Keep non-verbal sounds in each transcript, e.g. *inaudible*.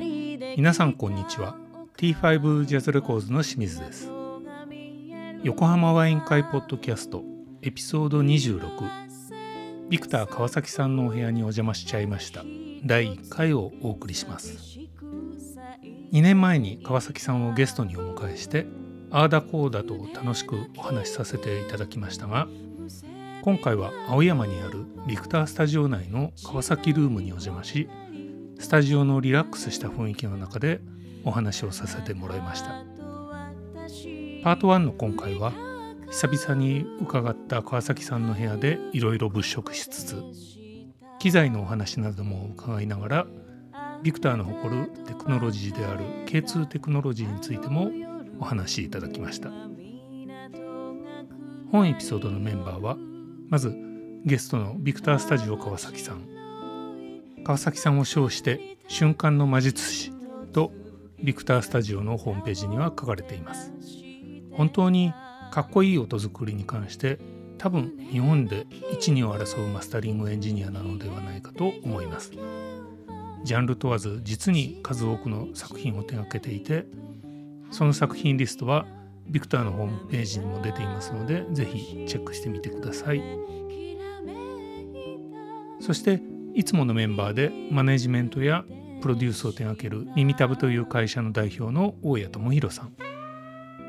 皆さんこんにちは T5 ジャズレコーズの清水です横浜ワイン会ポッドキャストエピソード26ビクター川崎さんのお部屋にお邪魔しちゃいました第1回をお送りします2年前に川崎さんをゲストにお迎えしてああだこうだと楽しくお話しさせていただきましたが今回は青山にあるビクタースタジオ内の川崎ルームにお邪魔しスタジオのリラックスした雰囲気の中でお話をさせてもらいましたパート1の今回は久々に伺った川崎さんの部屋でいろいろ物色しつつ機材のお話なども伺いながらビクターの誇るテクノロジーである K2 テクノロジーについてもお話しいただきました本エピソードのメンバーはまずゲストのビクタースタジオ川崎さん川崎さんを称して「瞬間の魔術師」とビクタースタジオのホームページには書かれています本当にかっこいい音作りに関して多分日本で一二を争うマスタリングエンジニアなのではないかと思いますジャンル問わず実に数多くの作品を手掛けていてその作品リストはビクターのホームページにも出ていますのでぜひチェックしてみてくださいそしていつものメンバーでマネジメントやプロデュースを手掛ける耳たぶという会社の代表の大谷智弘さん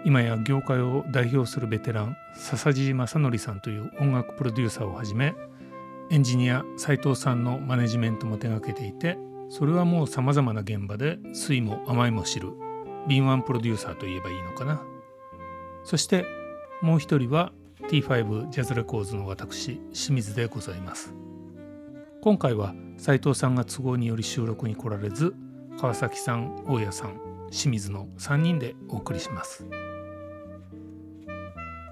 今や業界を代表するベテラン笹地正則さんという音楽プロデューサーをはじめエンジニア斉藤さんのマネジメントも手掛けていてそれはもうさまざまな現場で酸いも甘いも知る敏腕プロデューサーといえばいいのかなそしてもう一人は T5 ジャズレコーズの私清水でございます今回は斉藤さんが都合により収録に来られず川崎さん大家さん清水の3人でお送りします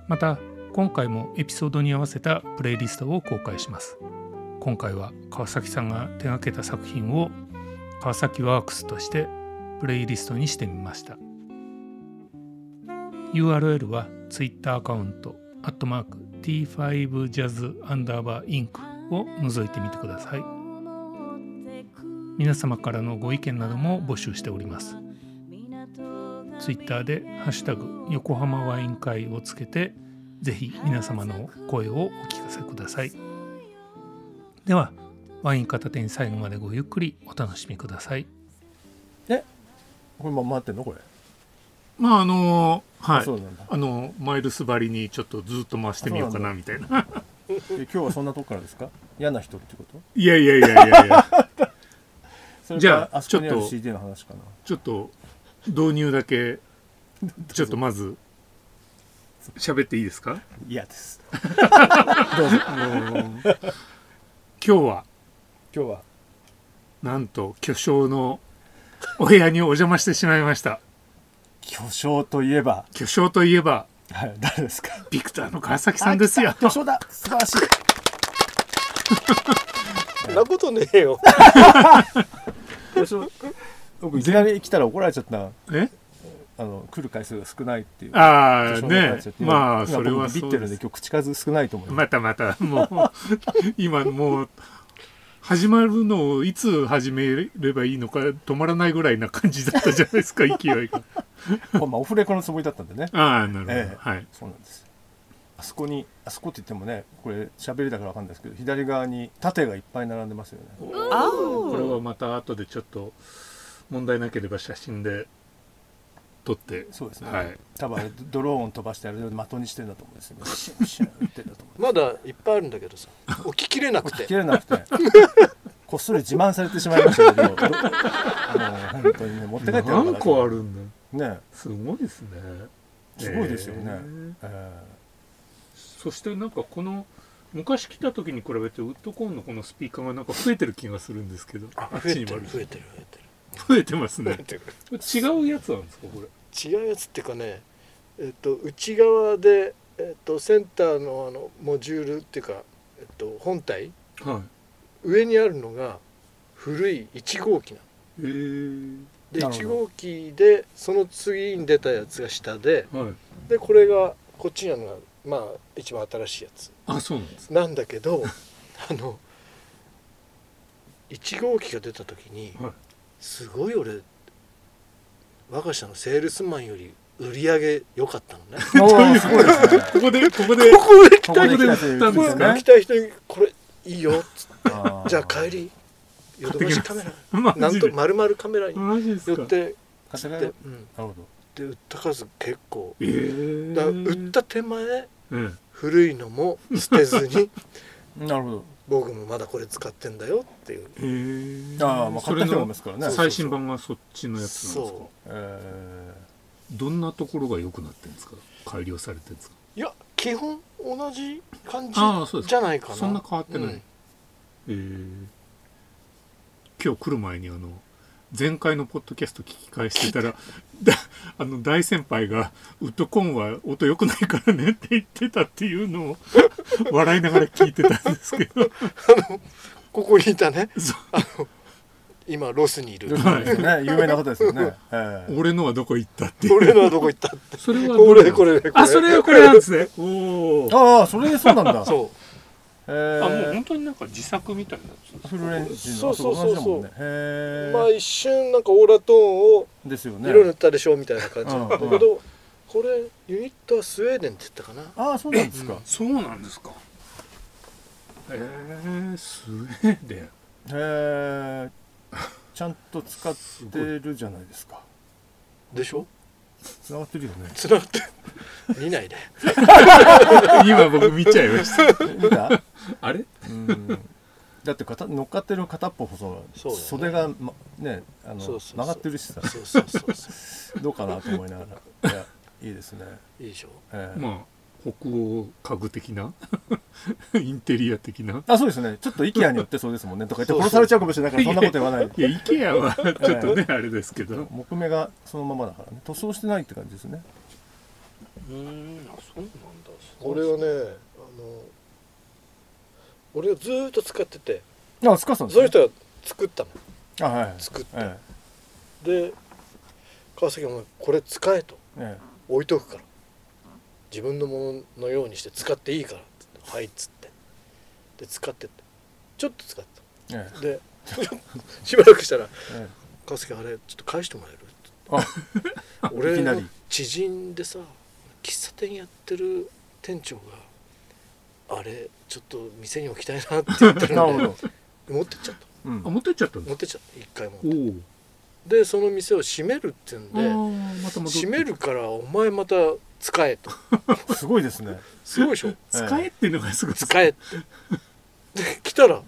また今回もエピソードに合わせたプレイリストを公開します今回は川崎さんが手掛けた作品を川崎ワークスとしてプレイリストにしてみました URL は Twitter アカウント @t5jazz_inc を覗いてみてください皆様からのご意見なども募集しておりますツイッターで「ハッシュタグ横浜ワイン会」をつけてぜひ皆様の声をお聞かせくださいではワイン片手に最後までごゆっくりお楽しみくださいえこれま回ってんのこれまああのあはいそうなんだあのマイルスばりにちょっとずっと回してみようかなみたいな *laughs* え今日はそんなとこからです *laughs* か嫌な人ってこといやいやいやいやいやそれかじゃああそこにちあょっると CD の話かなちょっと導入だけちょっとまず喋っていいですか嫌 *laughs* です今日は今日はなんと巨匠のお部屋にお邪魔してしまいました巨匠といえば巨匠といえばはい誰ですかビクターの川崎さんですよあ来た巨匠だ素晴らし *laughs* いそんなことねえよ。 *laughs* 巨匠僕いきなり来たら怒られちゃったなえあの来る回数が少ないっていうあ巨あ匠に怒らねれちゃってまあ今それは僕そビビっうてるでんです今日口数少ないと思いますまたまたもう今もう始まるのをいつ始めればいいのか止まらないぐらいな感じだったじゃない *laughs* ですか勢いがまあまあオフレコのつもりだったんでねああなるほど、ええはいそうなんですあそこにあそこって言ってもねこれ喋りだからわかんないですけど左側に縦がいっぱい並んでますよねこれはまた後でちょっと問題なければ写真で撮ってそうですね、はい多分あれドローン飛ばしてあれで的にしてるんだと思うんですよねシュン *laughs* シュン打ってんだと思まだいっぱいあるんだけど *laughs* さ、起ききれなくうて切。れなくてこっそり自慢されてしまいましたけどど *laughs* あの本当にね持って帰ってやろ何うかな個あるんだねすごいですねすごいですよね、えーえそしてなんかこの昔来た時に比べてウッドコーンのこのスピーカーがなんか増えてる気がするんですけどあっ増えちにてる、増もあえるてる、増えてる。増えてます増えねてる違うやつなんですかこれ違うやつっていうかね、えっと内側でえっとセンターのあのモジュールっていうかえっと本体はい上にあるのが古い1号機なの。えー、でなるほ1ど号機でその次に出たやつが下で、はいでこれがこっちにあるのがまあ一番新しいやつ。あそうなんですなんだけど *laughs* あの1号機が出た時にはいすごい俺我が社のセールスマンより売り上げ良かったのね *laughs* おーすごいですね。 *laughs* ここでここでここで来こたこ人でに来たということですここね来。た人にこれいいよっつってあーじゃあ帰りヨドバシカメラマジでなんと丸々カメラにマジです寄かって買って帰るで,、なるうん、ほど。で売った数結構えーだから売った手前え古いのも捨てずになるほど。僕もまだこれ使ってんだよっていうえーああ、まあ、買った人もいますからね。最新版がそっちのやつなんですかそえどんなところが良くなってるんですか改良されてるんですかいや基本同じ感じああそうですじゃないかなそんな変わってない、うんえー今日来る前にあの前回のポッドキャスト聞き返してた *laughs* らだあの大先輩が「ウッドコンは音良くないからね」って言ってたっていうのを笑いながら聞いてたんですけどここにいたねそう今ロスにいえ *laughs* るはい *laughs* ね、有名な方ですよね。ええ俺のはどこ行ったっていう俺のはどこ *laughs* 行ったってそれはどこれれこれこれあそれはこれなんですねおおああ、それそうなんだ。そえ当になんか自作みたいなやつえフルレンジのそうそうそ同じうそうだもんね。うへまあ一瞬なんかオーラトーンをえ。ですよね。色塗ったでしょみたいな感じうんだけどこれユニットはスウェーデンって言ったかなああ、そうなんですか。うんへそうなんですかえー、スウェーデンえ。ちゃんと使ってるじゃないですか。でしょ繋がってるよね。つながって見ないで今僕見ちゃいました *laughs* 見た？あれうんだって片乗っかってる片っぽ細い、そうだね袖が、ま、ねあのそうそうそう曲がってるしさそうそうそうそどうかなと思いながらいやいいですね、ういいでしょええまあ北欧家具的な *laughs* インテリア的なあそうですねちょっと IKEA によってそうですもんねとか言ってそうそう殺されちゃうかもしれないからそんなこと言わないいや IKEA はちょっとね、あれですけど木目がそのままだからね塗装してないって感じですねうんそうなんだ俺はねあの俺はずーっと使っててあスカさんですそのね人は作ったのあはいはい作ったえで川崎お前これ使えとええ置いとくから自分のもののようにして使っていいからっつってはいっつってで使ってってちょっと使ってええ *laughs* たでしばらくしたらええ「川崎あれちょっと返してもらえる?」あい *laughs* 俺きなのり知人でさ喫茶店やってる店長が「あれちょっと店に置きたいな」って言ってる *laughs* なるんほでど、持ってっちゃったうんあ、持ってっちゃったんで持っすてっちゃった一回もおおでその店を閉めるって言うんあでーまた戻って閉めるからお前また *laughs* 使えとすごいですねすごいでしょ使えっていうのがすごい使えってで来たら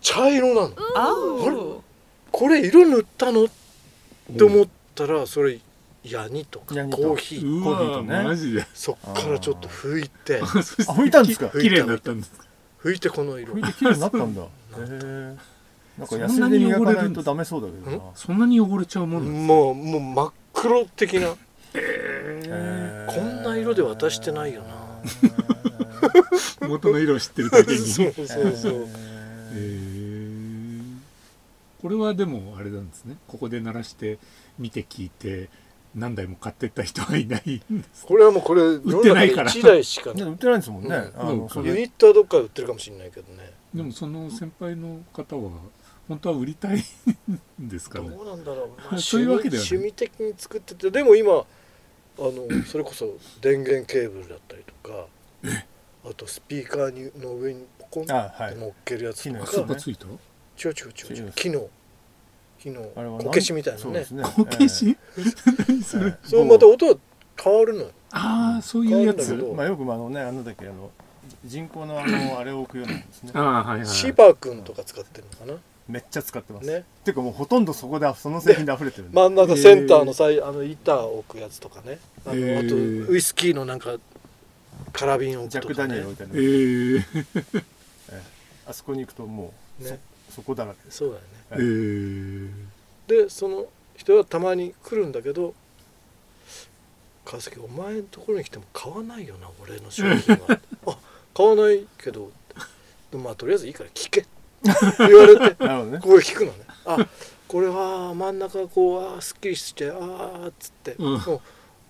茶色なの青これ色塗ったのって思ったらそれヤニとかヤニとコーヒーうコーヒーとわねマジでそっからちょっと拭いてあそしてあ拭いたんですかき綺麗になったんですか拭いてこの色これで綺麗になったんだへえなんか安いで磨かないとダメそうだけどなそんなに汚れちゃうものなんですかもうもう真っ黒的なええこんな色で渡してないよな元の色を知ってるだけに *laughs* そうそうそうへえこれはでもあれなんですねここで鳴らして見て聞いて何台も買ってった人はいないんですこれはもうこれ世売ってのないか中らで1台しかねない売ってないんですもんね。うんあうんのそユれニットはどっかで売ってるかもしれないけどねでもその先輩の方は本当は売りたいんですかどねうなんだろう、まあ趣そうい味うわけではない趣味的に作っててでも今あのそれこそ電源ケーブルだったりとかあとスピーカーにの上にポコンってあはい乗っけるやつと木あのそそやうかねこついたちょちょちょち違いょます機能機能あれはなんこけしみたいなそうねでそすね。こけし何そえれえれまた音は変わるのよああそういうや変わるんだけつどまあよくまああのねあのだっけあの人工のあのあれを置くようなんですねあ。あはいはいシバ君とか使ってるのかめっちゃ使ってます。なねていうかもうほとんどそこでその製品で溢れてるんで。真ん中センターのさいあの板を置くやつとかねあのへーあとウイスキーのなんかカラビンを置ジャくッとクダかニエねルみたいなえ。 *laughs* ー、あそこに行くともうそねそこだらけです。そうだよねえー、でその人はたまに来るんだけど「川崎お前のところに来ても買わないよな俺の商品は」あ買わないけど」でもまあとりあえずいいから聞け」って言われてなるほどねこ。こで聞くのね「あこれは真ん中こうあーすっきりしてあーっつって、うんもう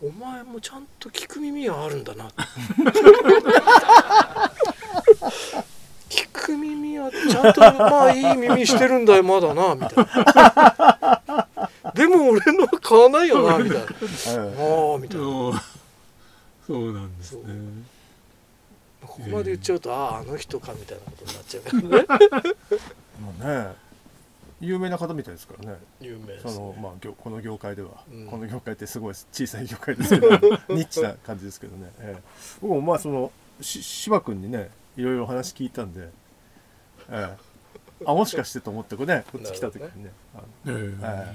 お前もちゃんと聞く耳があるんだな」 *laughs* 聞く耳はちゃんとまあいい耳してるんだよまだなみたいな。でも俺のは買わないよなみたいなはいああみたいなそうそうなんですねそうここまで言っちゃうとあああの人かみたいなことになっちゃうからねまあね有名な方みたいですからね有名でそすの、まあ、業この業界では、うんこの業界ってすごい小さい業界ですけどニッチな感じですけどね、ええ僕もまあそのし柴君にねいろいろお話聞いたんで、ええあもしかしてと思ってこれねこっち来た時にねあのえええ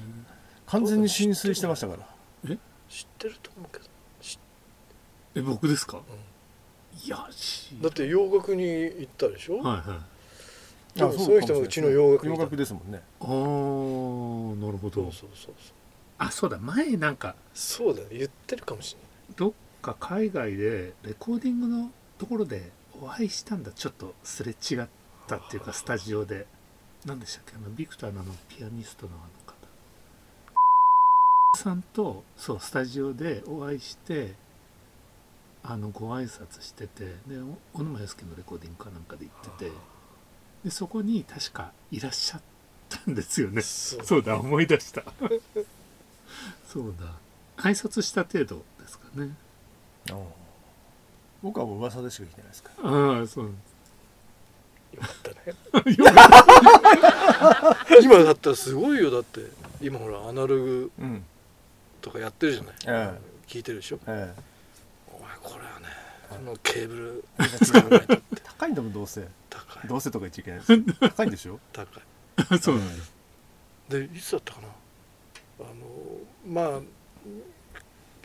完全に浸水してましたから知ってると思うけどえ僕ですか、いやしだって洋楽に行ったでしょ、はいはいでもあそういう人もうちの洋楽洋みたい楽ですもんねあーなるほそどうそうそうあそうだ前なんかそうそうだね言ってるかもしれないどっか海外でレコーディングのところでお会いしたんだちょっとすれ違ったっていうかスタジオで何でしたっけあのビクターのあのピアニストのあの方さんとそうスタジオでお会いしてあのご挨拶しててでお小沼祐介のレコーディングかなんかで行っててでそこに確かいらっしゃったんですよねそうそうだ思い出したそうだ挨拶した程度ですかね僕はもう噂でしか聞いてないですからああそうよかったねよかっ *laughs* 今だったらすごいよだって今ほらアナログうんとかやってるじゃない、え聞いてるでしょえお前これはねこのケーブルえ使わないと *laughs* 高いんだもんどうせ高いどうせとか言っちゃいけないですよ高いんでしょ高いたそうなんですでいつだったかなあのまあ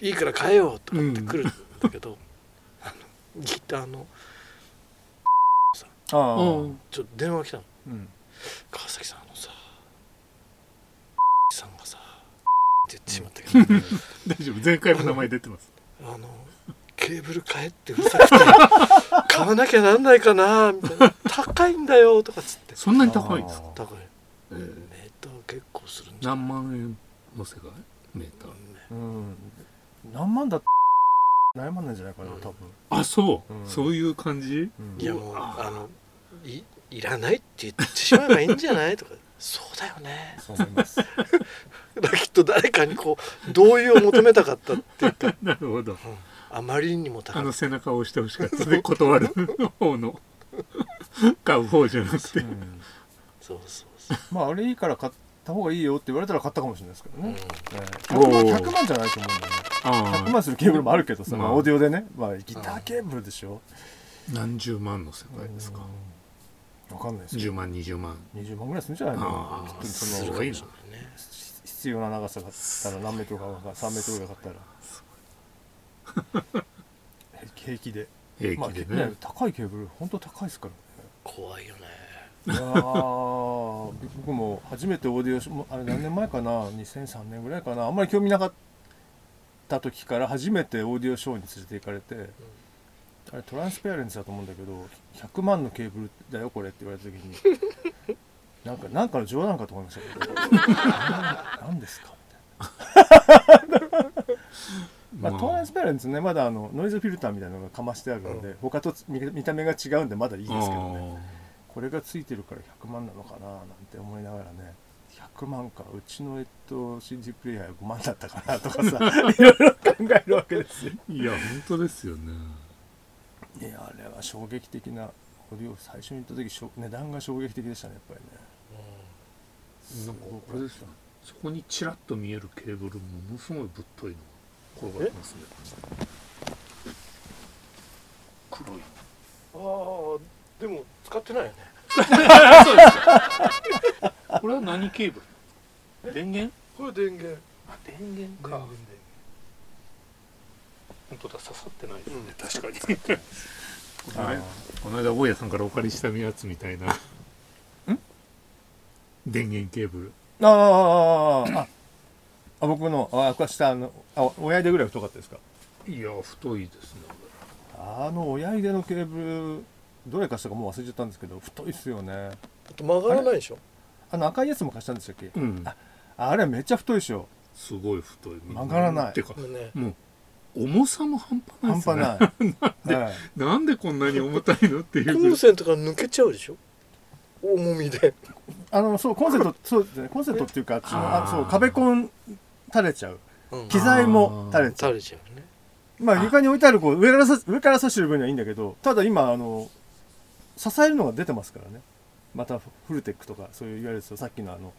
いいから買えよとかって来るんだけど、あのギターのああうんちょっと電話来たのうん川崎さんあのささんがさって言ってしまったけど大丈夫前回も名前出てますあのケーブル買えってうるさくて *laughs* 買わなきゃなんないかなみたいな高いんだよとかっつってそんなに高いんですかああ高いええメーター結構するんじゃない何万円の世界メーターうん何万だって悩まないんじゃないかな多分あそう、うんそういう感じうんいやもうあのいいらないって言ってしまえばいいんじゃ *laughs* ないとかそうだよねそう思いますだからきっと誰かにこう同意を求めたかったっていうか、うんなるほどあまりにも高あいの背中を押してほしかったで断る方の買う方じゃなくうてんそうそうそう、まああれいいから買った方がいいよって言われたら買ったかもしれないですけどうんねええお100万ー100万じゃないと思うんだよねあ100万するケーブルもあるけどさうんまあオーディオでねまあギターケーブルでしょあ何十万の世界ですかうんわかんないですけ10ど万20万20万ぐらいするんじゃないあのあきっとすそのごいなね必要な長さがあったら何メートルか分かんない3メートルぐらい買ったら平気でま平あ気でね,、ね高いケーブル本当高いですからね怖いよねいやー僕も初めてオーディオシもあれ何年前かな2003年ぐらいかなあんまり興味なかった時から初めてオーディオショーに連れて行かれて、あれトランスペアレンスだと思うんだけど100万のケーブルだよこれって言われた時になんかなんかの冗談かと思いましたけど何ですかみたいな、まあ、トランスペアレンスねまだあのノイズフィルターみたいなのがかましてあるので、他とつ見見た目が違うんでまだいいですけどねこれがついてるから100万なのかななんて思いながらね100万かうちのえっと CD プレイヤー5万だったかなとかさ *laughs* いろいろ考えるわけですよいや本当ですよねいやあれは衝撃的なオーディオ最初に行った時しょ値段が衝撃的でしたねやっぱりねなんかあれですよねそこにちらっと見えるケーブルものすごいぶっといのが転がってますね黒いああでも使ってないよねこれは何ケーブル電源これ電源あ電源か電本当だ刺さってないです源確かにこの間この間大家さんからお借りしたやつみたいな電源ケーブルああああああ僕のあこれ下あのあ親指ぐらい太かったですかいや太いですねあの親指のケーブルどれ貸したかもう忘れちゃったんですけど太いっすよねあと曲がらないでしょあの赤いやつも貸したんでしたっけ、うんあれめっちゃ太いでしょすごい太い曲がらないてかもうねもう重さも半端な半いですね端ないはい *laughs* なんでこんなに重たいのっていうぐらコいンセントから抜けちゃうでしょ重みであのそうコンセントそうですねコンセントっていうかあっちのああーそう壁コン垂れちゃううん機材も垂れちゃ垂うれちゃうねまあ床に置いてあるこう上からさ上から差してる分にはいいんだけどただ今あの支えるのが出てますからねまたフルテックとかそういういわゆるそうさっきのあの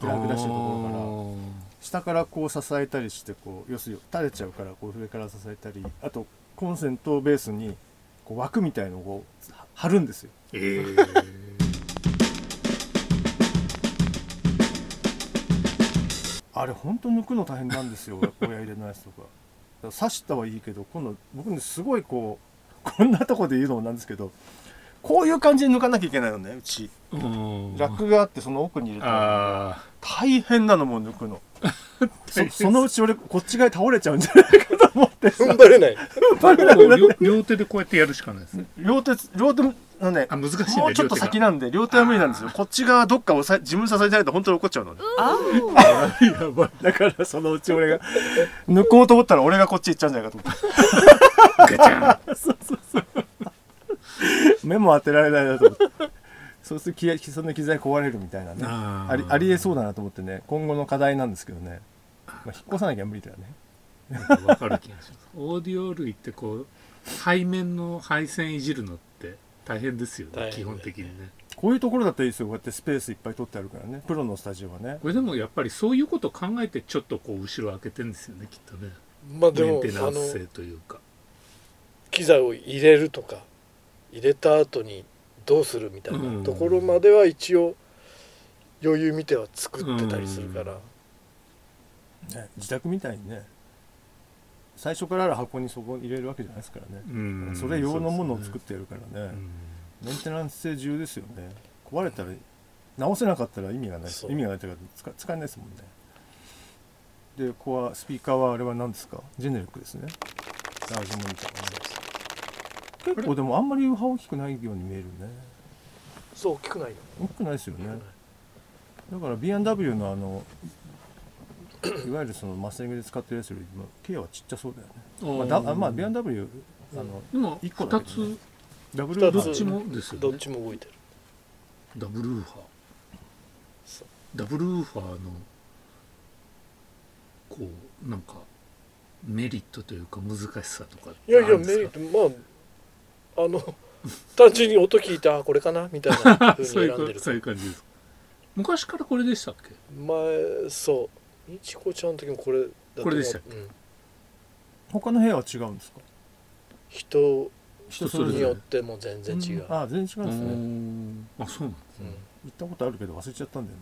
プラグ出してるところから下からこう支えたりしてこう要するに垂れちゃうからこう上から支えたりあとコンセントをベースにこう枠みたいのをこうは貼るんですよええあれ本当抜くの大変なんですよ *laughs* 親入れのやつとかだから刺したはいいけど今度僕ねすごいこうこんなとこで言うのもなんですけどこういう感じに抜かなきゃいけないのねうちうんラックがあってその奥に入れてああ大変なのもう抜くの大そ変そ *laughs* のうち俺こっち側に倒れちゃうんじゃないかと思って踏ん張れ *laughs* ない両両手でこうやってやるしかないですね両手両手のねあ難しいんだもうちょっと先ななんで両手は無理なんですよこっち側どっかをさ自分支えてないと本当に怒っちゃうのねや *laughs* ばいだからそのうち俺が抜こうと思ったら俺がこっち行っちゃうんじゃないかと思って *laughs* そうそうそう目も当てられないなと思ってそうすると機そんな機材壊れるみたいなねああーりありえそうだなと思ってね今後の課題なんですけどね、まあ、引っ越さなきゃ無理だよねわかる気がしますオーディオ類ってこう背面の配線いじるのって大変ですよね大変だよ基本ね的にねこういうところだったらいいですよこうやってスペースいっぱい取ってあるからねプロのスタジオはねこれでもやっぱりそういうことを考えてちょっとこう後ろ開けてるんですよねきっとねまあでメもンテナあンス性のというか機材を入れるとか入れた後にどうするみたいなところまでは一応余裕見ては作ってたりするからね自宅みたいにね最初からある箱にそこに入れるわけじゃないですからね、うんそれ用のものを作ってやるからねうんメンテナンス性重要ですよね壊れたら直せなかったら意味がないそう意味がないというか使使えないですもんねでここはスピーカーはあれは何ですかジェネリックですねラージモニターね結構でもあんまり大きくないように見えるねそう大きくないよ大きくないですよねだから B&W のあのいわゆるそのマスタリングで使ってるやつよりも K はちっちゃそうだよねまあだあ、まあ、B&W あのでも一個だ2けどねつダブル二つどっちもですどよっねちも動いてるダブルウーファーそうダブルウーファーのこうなんかメリットというか難しさとかいやいあやるんメでリッすトまああの単純に音聞いてあこれかなみたいなか風 *laughs* にそう選いんでうるかそういう感じです昔からこれでしたっけ前そうみちこちゃんの時もこれだと思うこれでしたっうん、他の部屋は違うんですか人人それぞにれよっても全然違う、ああ全然違うんですね、あそうなんうん行ったことあるけど忘れちゃったんだ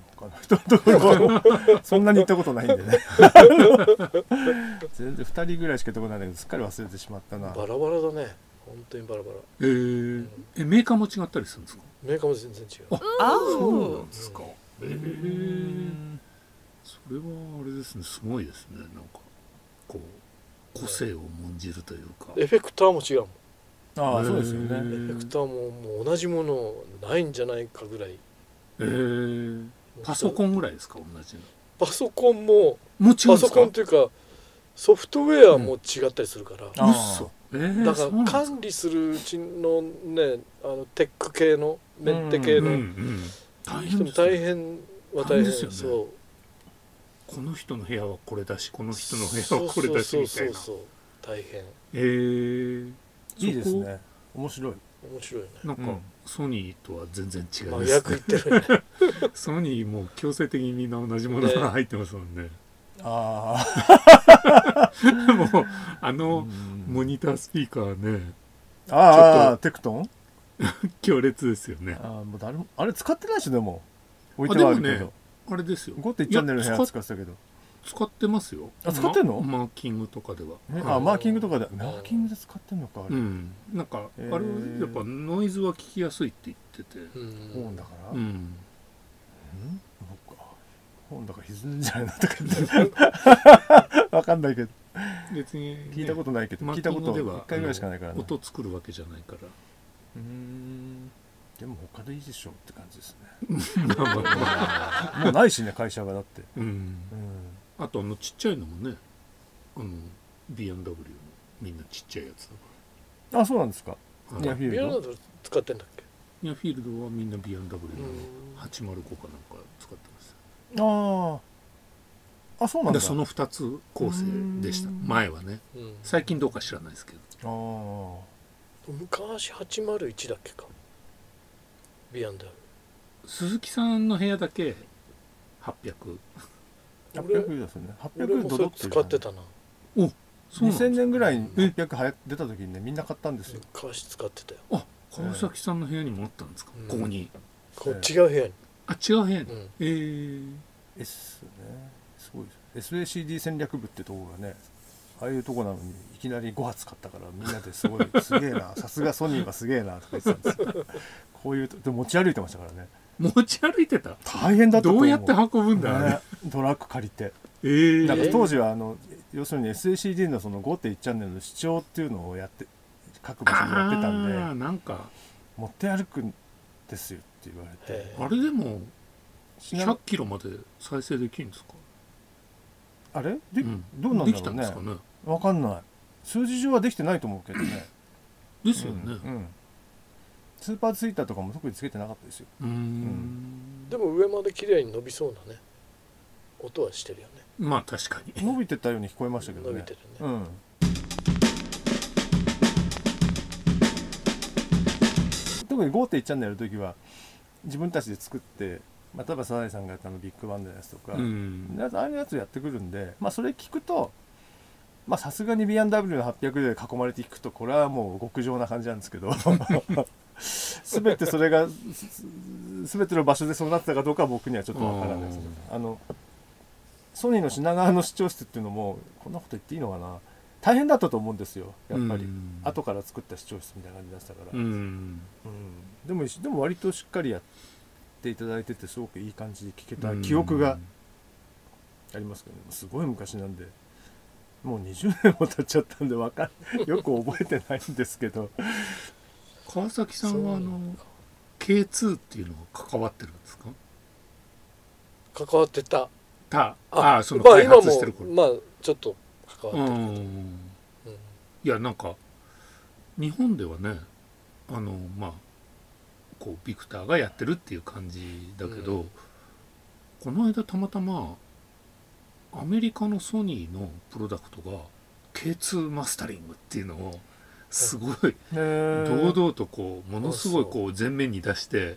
よな他の *laughs* 人のところそんなに行ったことないんでね全然2人ぐらいしか行ったことないんだけどすっかり忘れてしまったなバラバラだね本当にバラバラえー、えメーカーも違ったりするんですかメーカーも全然違うあそうなんですかえー、それはあれですねすごいですねなんかこう個性を重んじるというかエフェクターも違うもんああそうですよねへエーフェクターももう同じものないんじゃないかぐらいえー、パソコンぐらいですか同じのパソコンももう違うんパでソすかコンというかソフトウェアも違ったりするから、あー嘘えー、だそかうなんでらす管理するうちのねあのテック系のメンテ系うんうのん、大変で人もすね大変は大変大変ですよねそうこの人の部屋はこれだしこの人の部屋そうはこれだしそうみたそいうなそう大変えー、いいですね面白い面白いねなんか、うんソニーとは全然違いま真す逆言ってるね *laughs* ソニーも強制的にみんな同じものが入ってますもんね。 *laughs* あもうああ、のモニタースピーカーねああちょあテクトン強烈ですよね。ああもう誰もあれ使ってないでしょでも置いてはあるけあでもど、あれですよ。ゴティチャンネルの部いや屋使使っってたけど使ってますよ。あ使ってんのまマーキングとかでは。えはいあマーキングとかでマーキングで使ってんのかあれ、うん。なんかあへれーはやっぱノイズは聞きやすいって言ってて。うん本だから、うん。ん僕か本だから歪んじゃないなとか言って *laughs* わかんないけど別にね、聞いたことないけど、マー聞キいングたことでは1回ぐらいしかないからね音作るわけじゃないから。うーんでも他でいいでしょって感じですねまあまあまあもうないしね会社がだって、うん。うん、あとあのちっちゃいのもね、あの B&W のみんなちっちゃいやつだか。あそうなんですからニアフィービルアラドード使ってんだっけニアフィールドはみんな B&W のうん805かなんか使ってますよあああそうなんでだその2つ構成でしたうん前はねうん最近どうか知らないですけどあー昔801だっけか B&W 鈴木さんの部屋だけ800 800ですよね俺800もドそドっれて使ってたなそうなんです2000年ぐらいに800流行出た時にねみんな買ったんですよ昔使ってたよあ川崎さんの部屋にもあったんですか、うんここにこうええ違う部屋に、あ違う部屋に、うん、えー、 S ねすごいです SACD 戦略部ってとこがねああいうとこなのにいきなり5発買ったからみんなですごいすげえ *laughs* なさすがソニーはすげえなとか言ってたんですよこういうとで持ち歩いてましたからね持ち歩いてた大変だったとど思ううやって運ぶんだあれ、ねドラッグ借りてえなんかー、当時はあの要するに SACD のその5.1チャンネルの視聴っていうのをやって各場所にやってたんであーなんか持って歩くんですよって言われてええあれでもちなみ100キロまで再生できるんですか、あれで、うんどうなんでだきたろうんねですかねわかんない数字上はできてないと思うけど *coughs* ねですよねうんうんスーパーツイッターとかも特につけてなかったですようーんでも上まで綺麗に伸びそうなね音はしてるよねまあ確かに伸びてたように聞こえましたけどね伸びてるうね、ん特に5.1チャンネルの時は自分たちで作って、まあ、例えばサザエさんがやったあのビッグバンドのやつとか、うんでああいうやつやってくるんで、まあ、それ聞くとまあさすがに B&W の800で囲まれていくとこれはもう極上な感じなんですけど *laughs* 全てそれがすす全ての場所でそうなってたかどうかは僕にはちょっとわからないですねあのソニーの品川の市長室っていうのもこんなこと言っていいのかな大変だったと思うんですよやっぱり、うん後から作った市長室みたいな感じだったから、うんうんでもでも割としっかりやっていただいててすごくいい感じで聞けた記憶がありますけど、ね、すごい昔なんでもう20年も経っちゃったんでわか *laughs* んよく覚えてないんですけど川崎さんはあそうなの K2 っていうのが関わってるんですか関わってたたああそのまあ開今発してる頃、もまあちょっと関わうってんる、うんいやなんか日本ではねあのまあこうビクターがやってるっていう感じだけど、うんこの間たまたまアメリカのソニーのプロダクトが K2 マスタリングっていうのをすごい堂々とこうものすごいこう前面に出して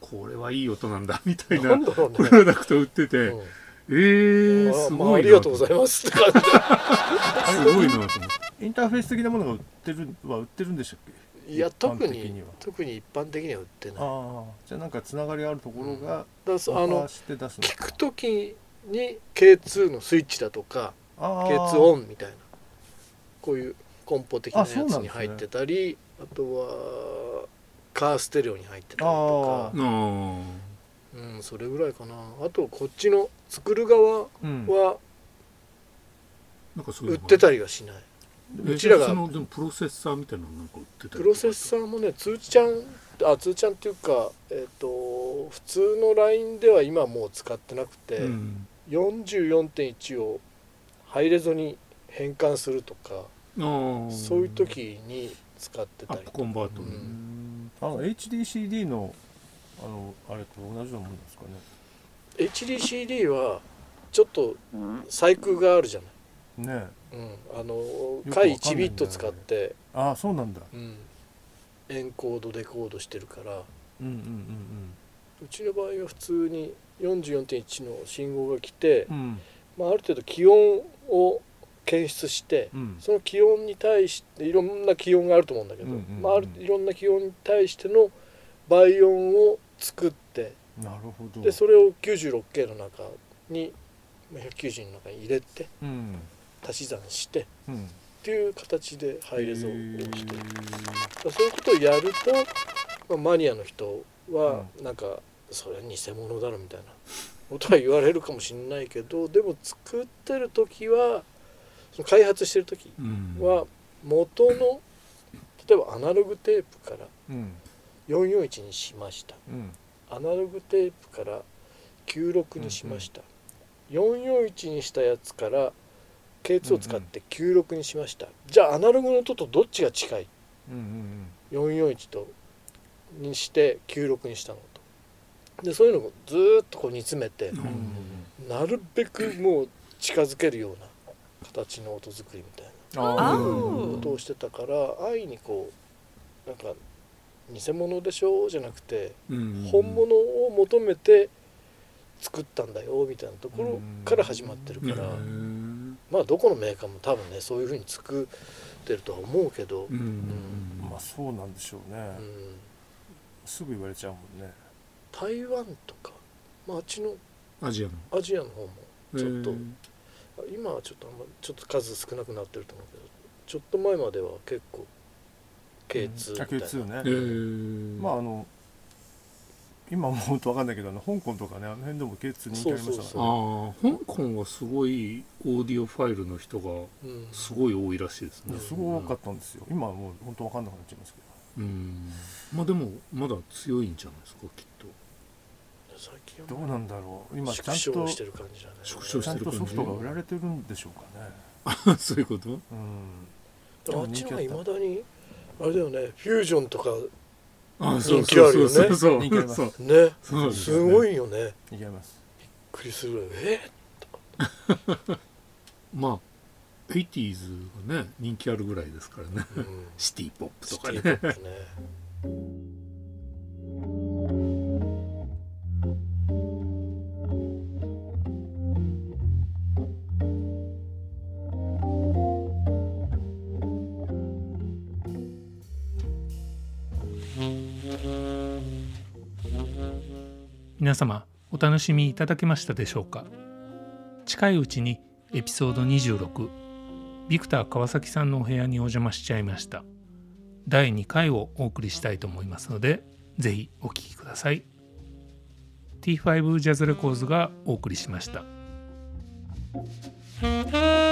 これはいい音なんだみたいななんだろうねプロダクトを売ってて、うんえー、あすまあ、ごあいりながととう思ごってざいますって感すごいなと思ってインターフェース的なものが売ってるは売ってるんでしたっけじいや一般特的には特に一般的には売ってないだかああじゃあなんかつながりあるところがらそオあファのーして出す聞く時に K2 のスイッチだとかああ K2 オンみたいなこういうコンポ的なやつあそうなんにですね入ってたりあ,、とはカーステレオに入ってたりあとーうか、んうん、それぐらいかなあとこっちの作る側うんはなんかそうい売うっのがてたりはしない、えうちらがそのでもプロセッサーみたいなのなんか売ってたりプロセッサーもね通知ちゃんあ通知ちゃんっていうか、えっと普通の LINE では今もう使ってなくて、うん、 44.1をハイレゾに変換するとか、あーそういう時に使ってアたッりプコンバートうね、んあの HDCD のあのあれと同じようなもんですかね HDCD はちょっと細工があるじゃないねえうん、あのくわかんないんだよ回ね1ビット使って、ああそうなんだうん、エンコードデコードしてるからうんうんうちの場合は普通に44.1の信号が来て、うんうんまあ、ある程度気温を検出してうんうんその気温に対していろんな気温があると思うんだけど、うんうんうんまあ、あるいろんな気温に対しての倍音を作ってなるほどでそれを 96K の中にまあ190の中に入れてうん足し算してっうんていう形で配列をしてるへだからそういうことをやると、まあ、マニアの人はなんか、それは偽物だろみたいなことは言われるかもしれないけどでも作ってる時はその開発してる時うんは元の例えばアナログテープからーうん441にしましたうんアナログテープから96にしました、441にしたやつから K2 を使って96にしました、じゃあアナログの音とどっちが近いうんうん441とにして96にしたのとでそういうのをずーっとこう煮詰めて、うんなるべくもう近づけるような形の音作りみたいあなーことをしてたから安易にこうなんか偽物でしょじゃなくてうん本物を求めて作ったんだよみたいなところから始まってるから、うんまあどこのメーカーも多分ねそういうふうに作ってるとは思うけど、うんまあそうなんでしょうね、うんすぐ言われちゃうもんね台湾とか、まあ、あっちのアジアのアジアの方もちょっと、へー今はちょっとあんまちょっと数少なくなってると思うけどちょっと前までは結構 K2 みあたいな、 K2 ね、えーまああの今もう本当わかんないけどあの香港とかねあの辺でも K2 人気ありましたそうからねああ香港はすごいオーディオファイルの人がうんすごい多いらしいですねすごかったんですよ今はもう本当わかんなくなっちゃいますけどうんまあでもまだ強いんじゃないですかきっと *laughs* 最ど近うなんだろう今ちゃ縮ん小としてる感じだね縮小ちゃんとソフトが売られてるんでしょうかねそういうことうんあっちの方がいまだにあれだよねフュージョンとかあ人気あるよねそうそう人気ありますそうねそうなんですすよねごいよねいけますクリスぐらいえまあ 80s がね人気あるぐらいですからねうんシティポッ *laughs* プとシかティねポップね皆様お楽しみいただけましたでしょうか近いうちにエピソード26ビクター川崎さんのお部屋にお邪魔しちゃいました第2回をお送りしたいと思いますのでぜひお聴きください T5 ジャズレコーズがお送りしました Thank you.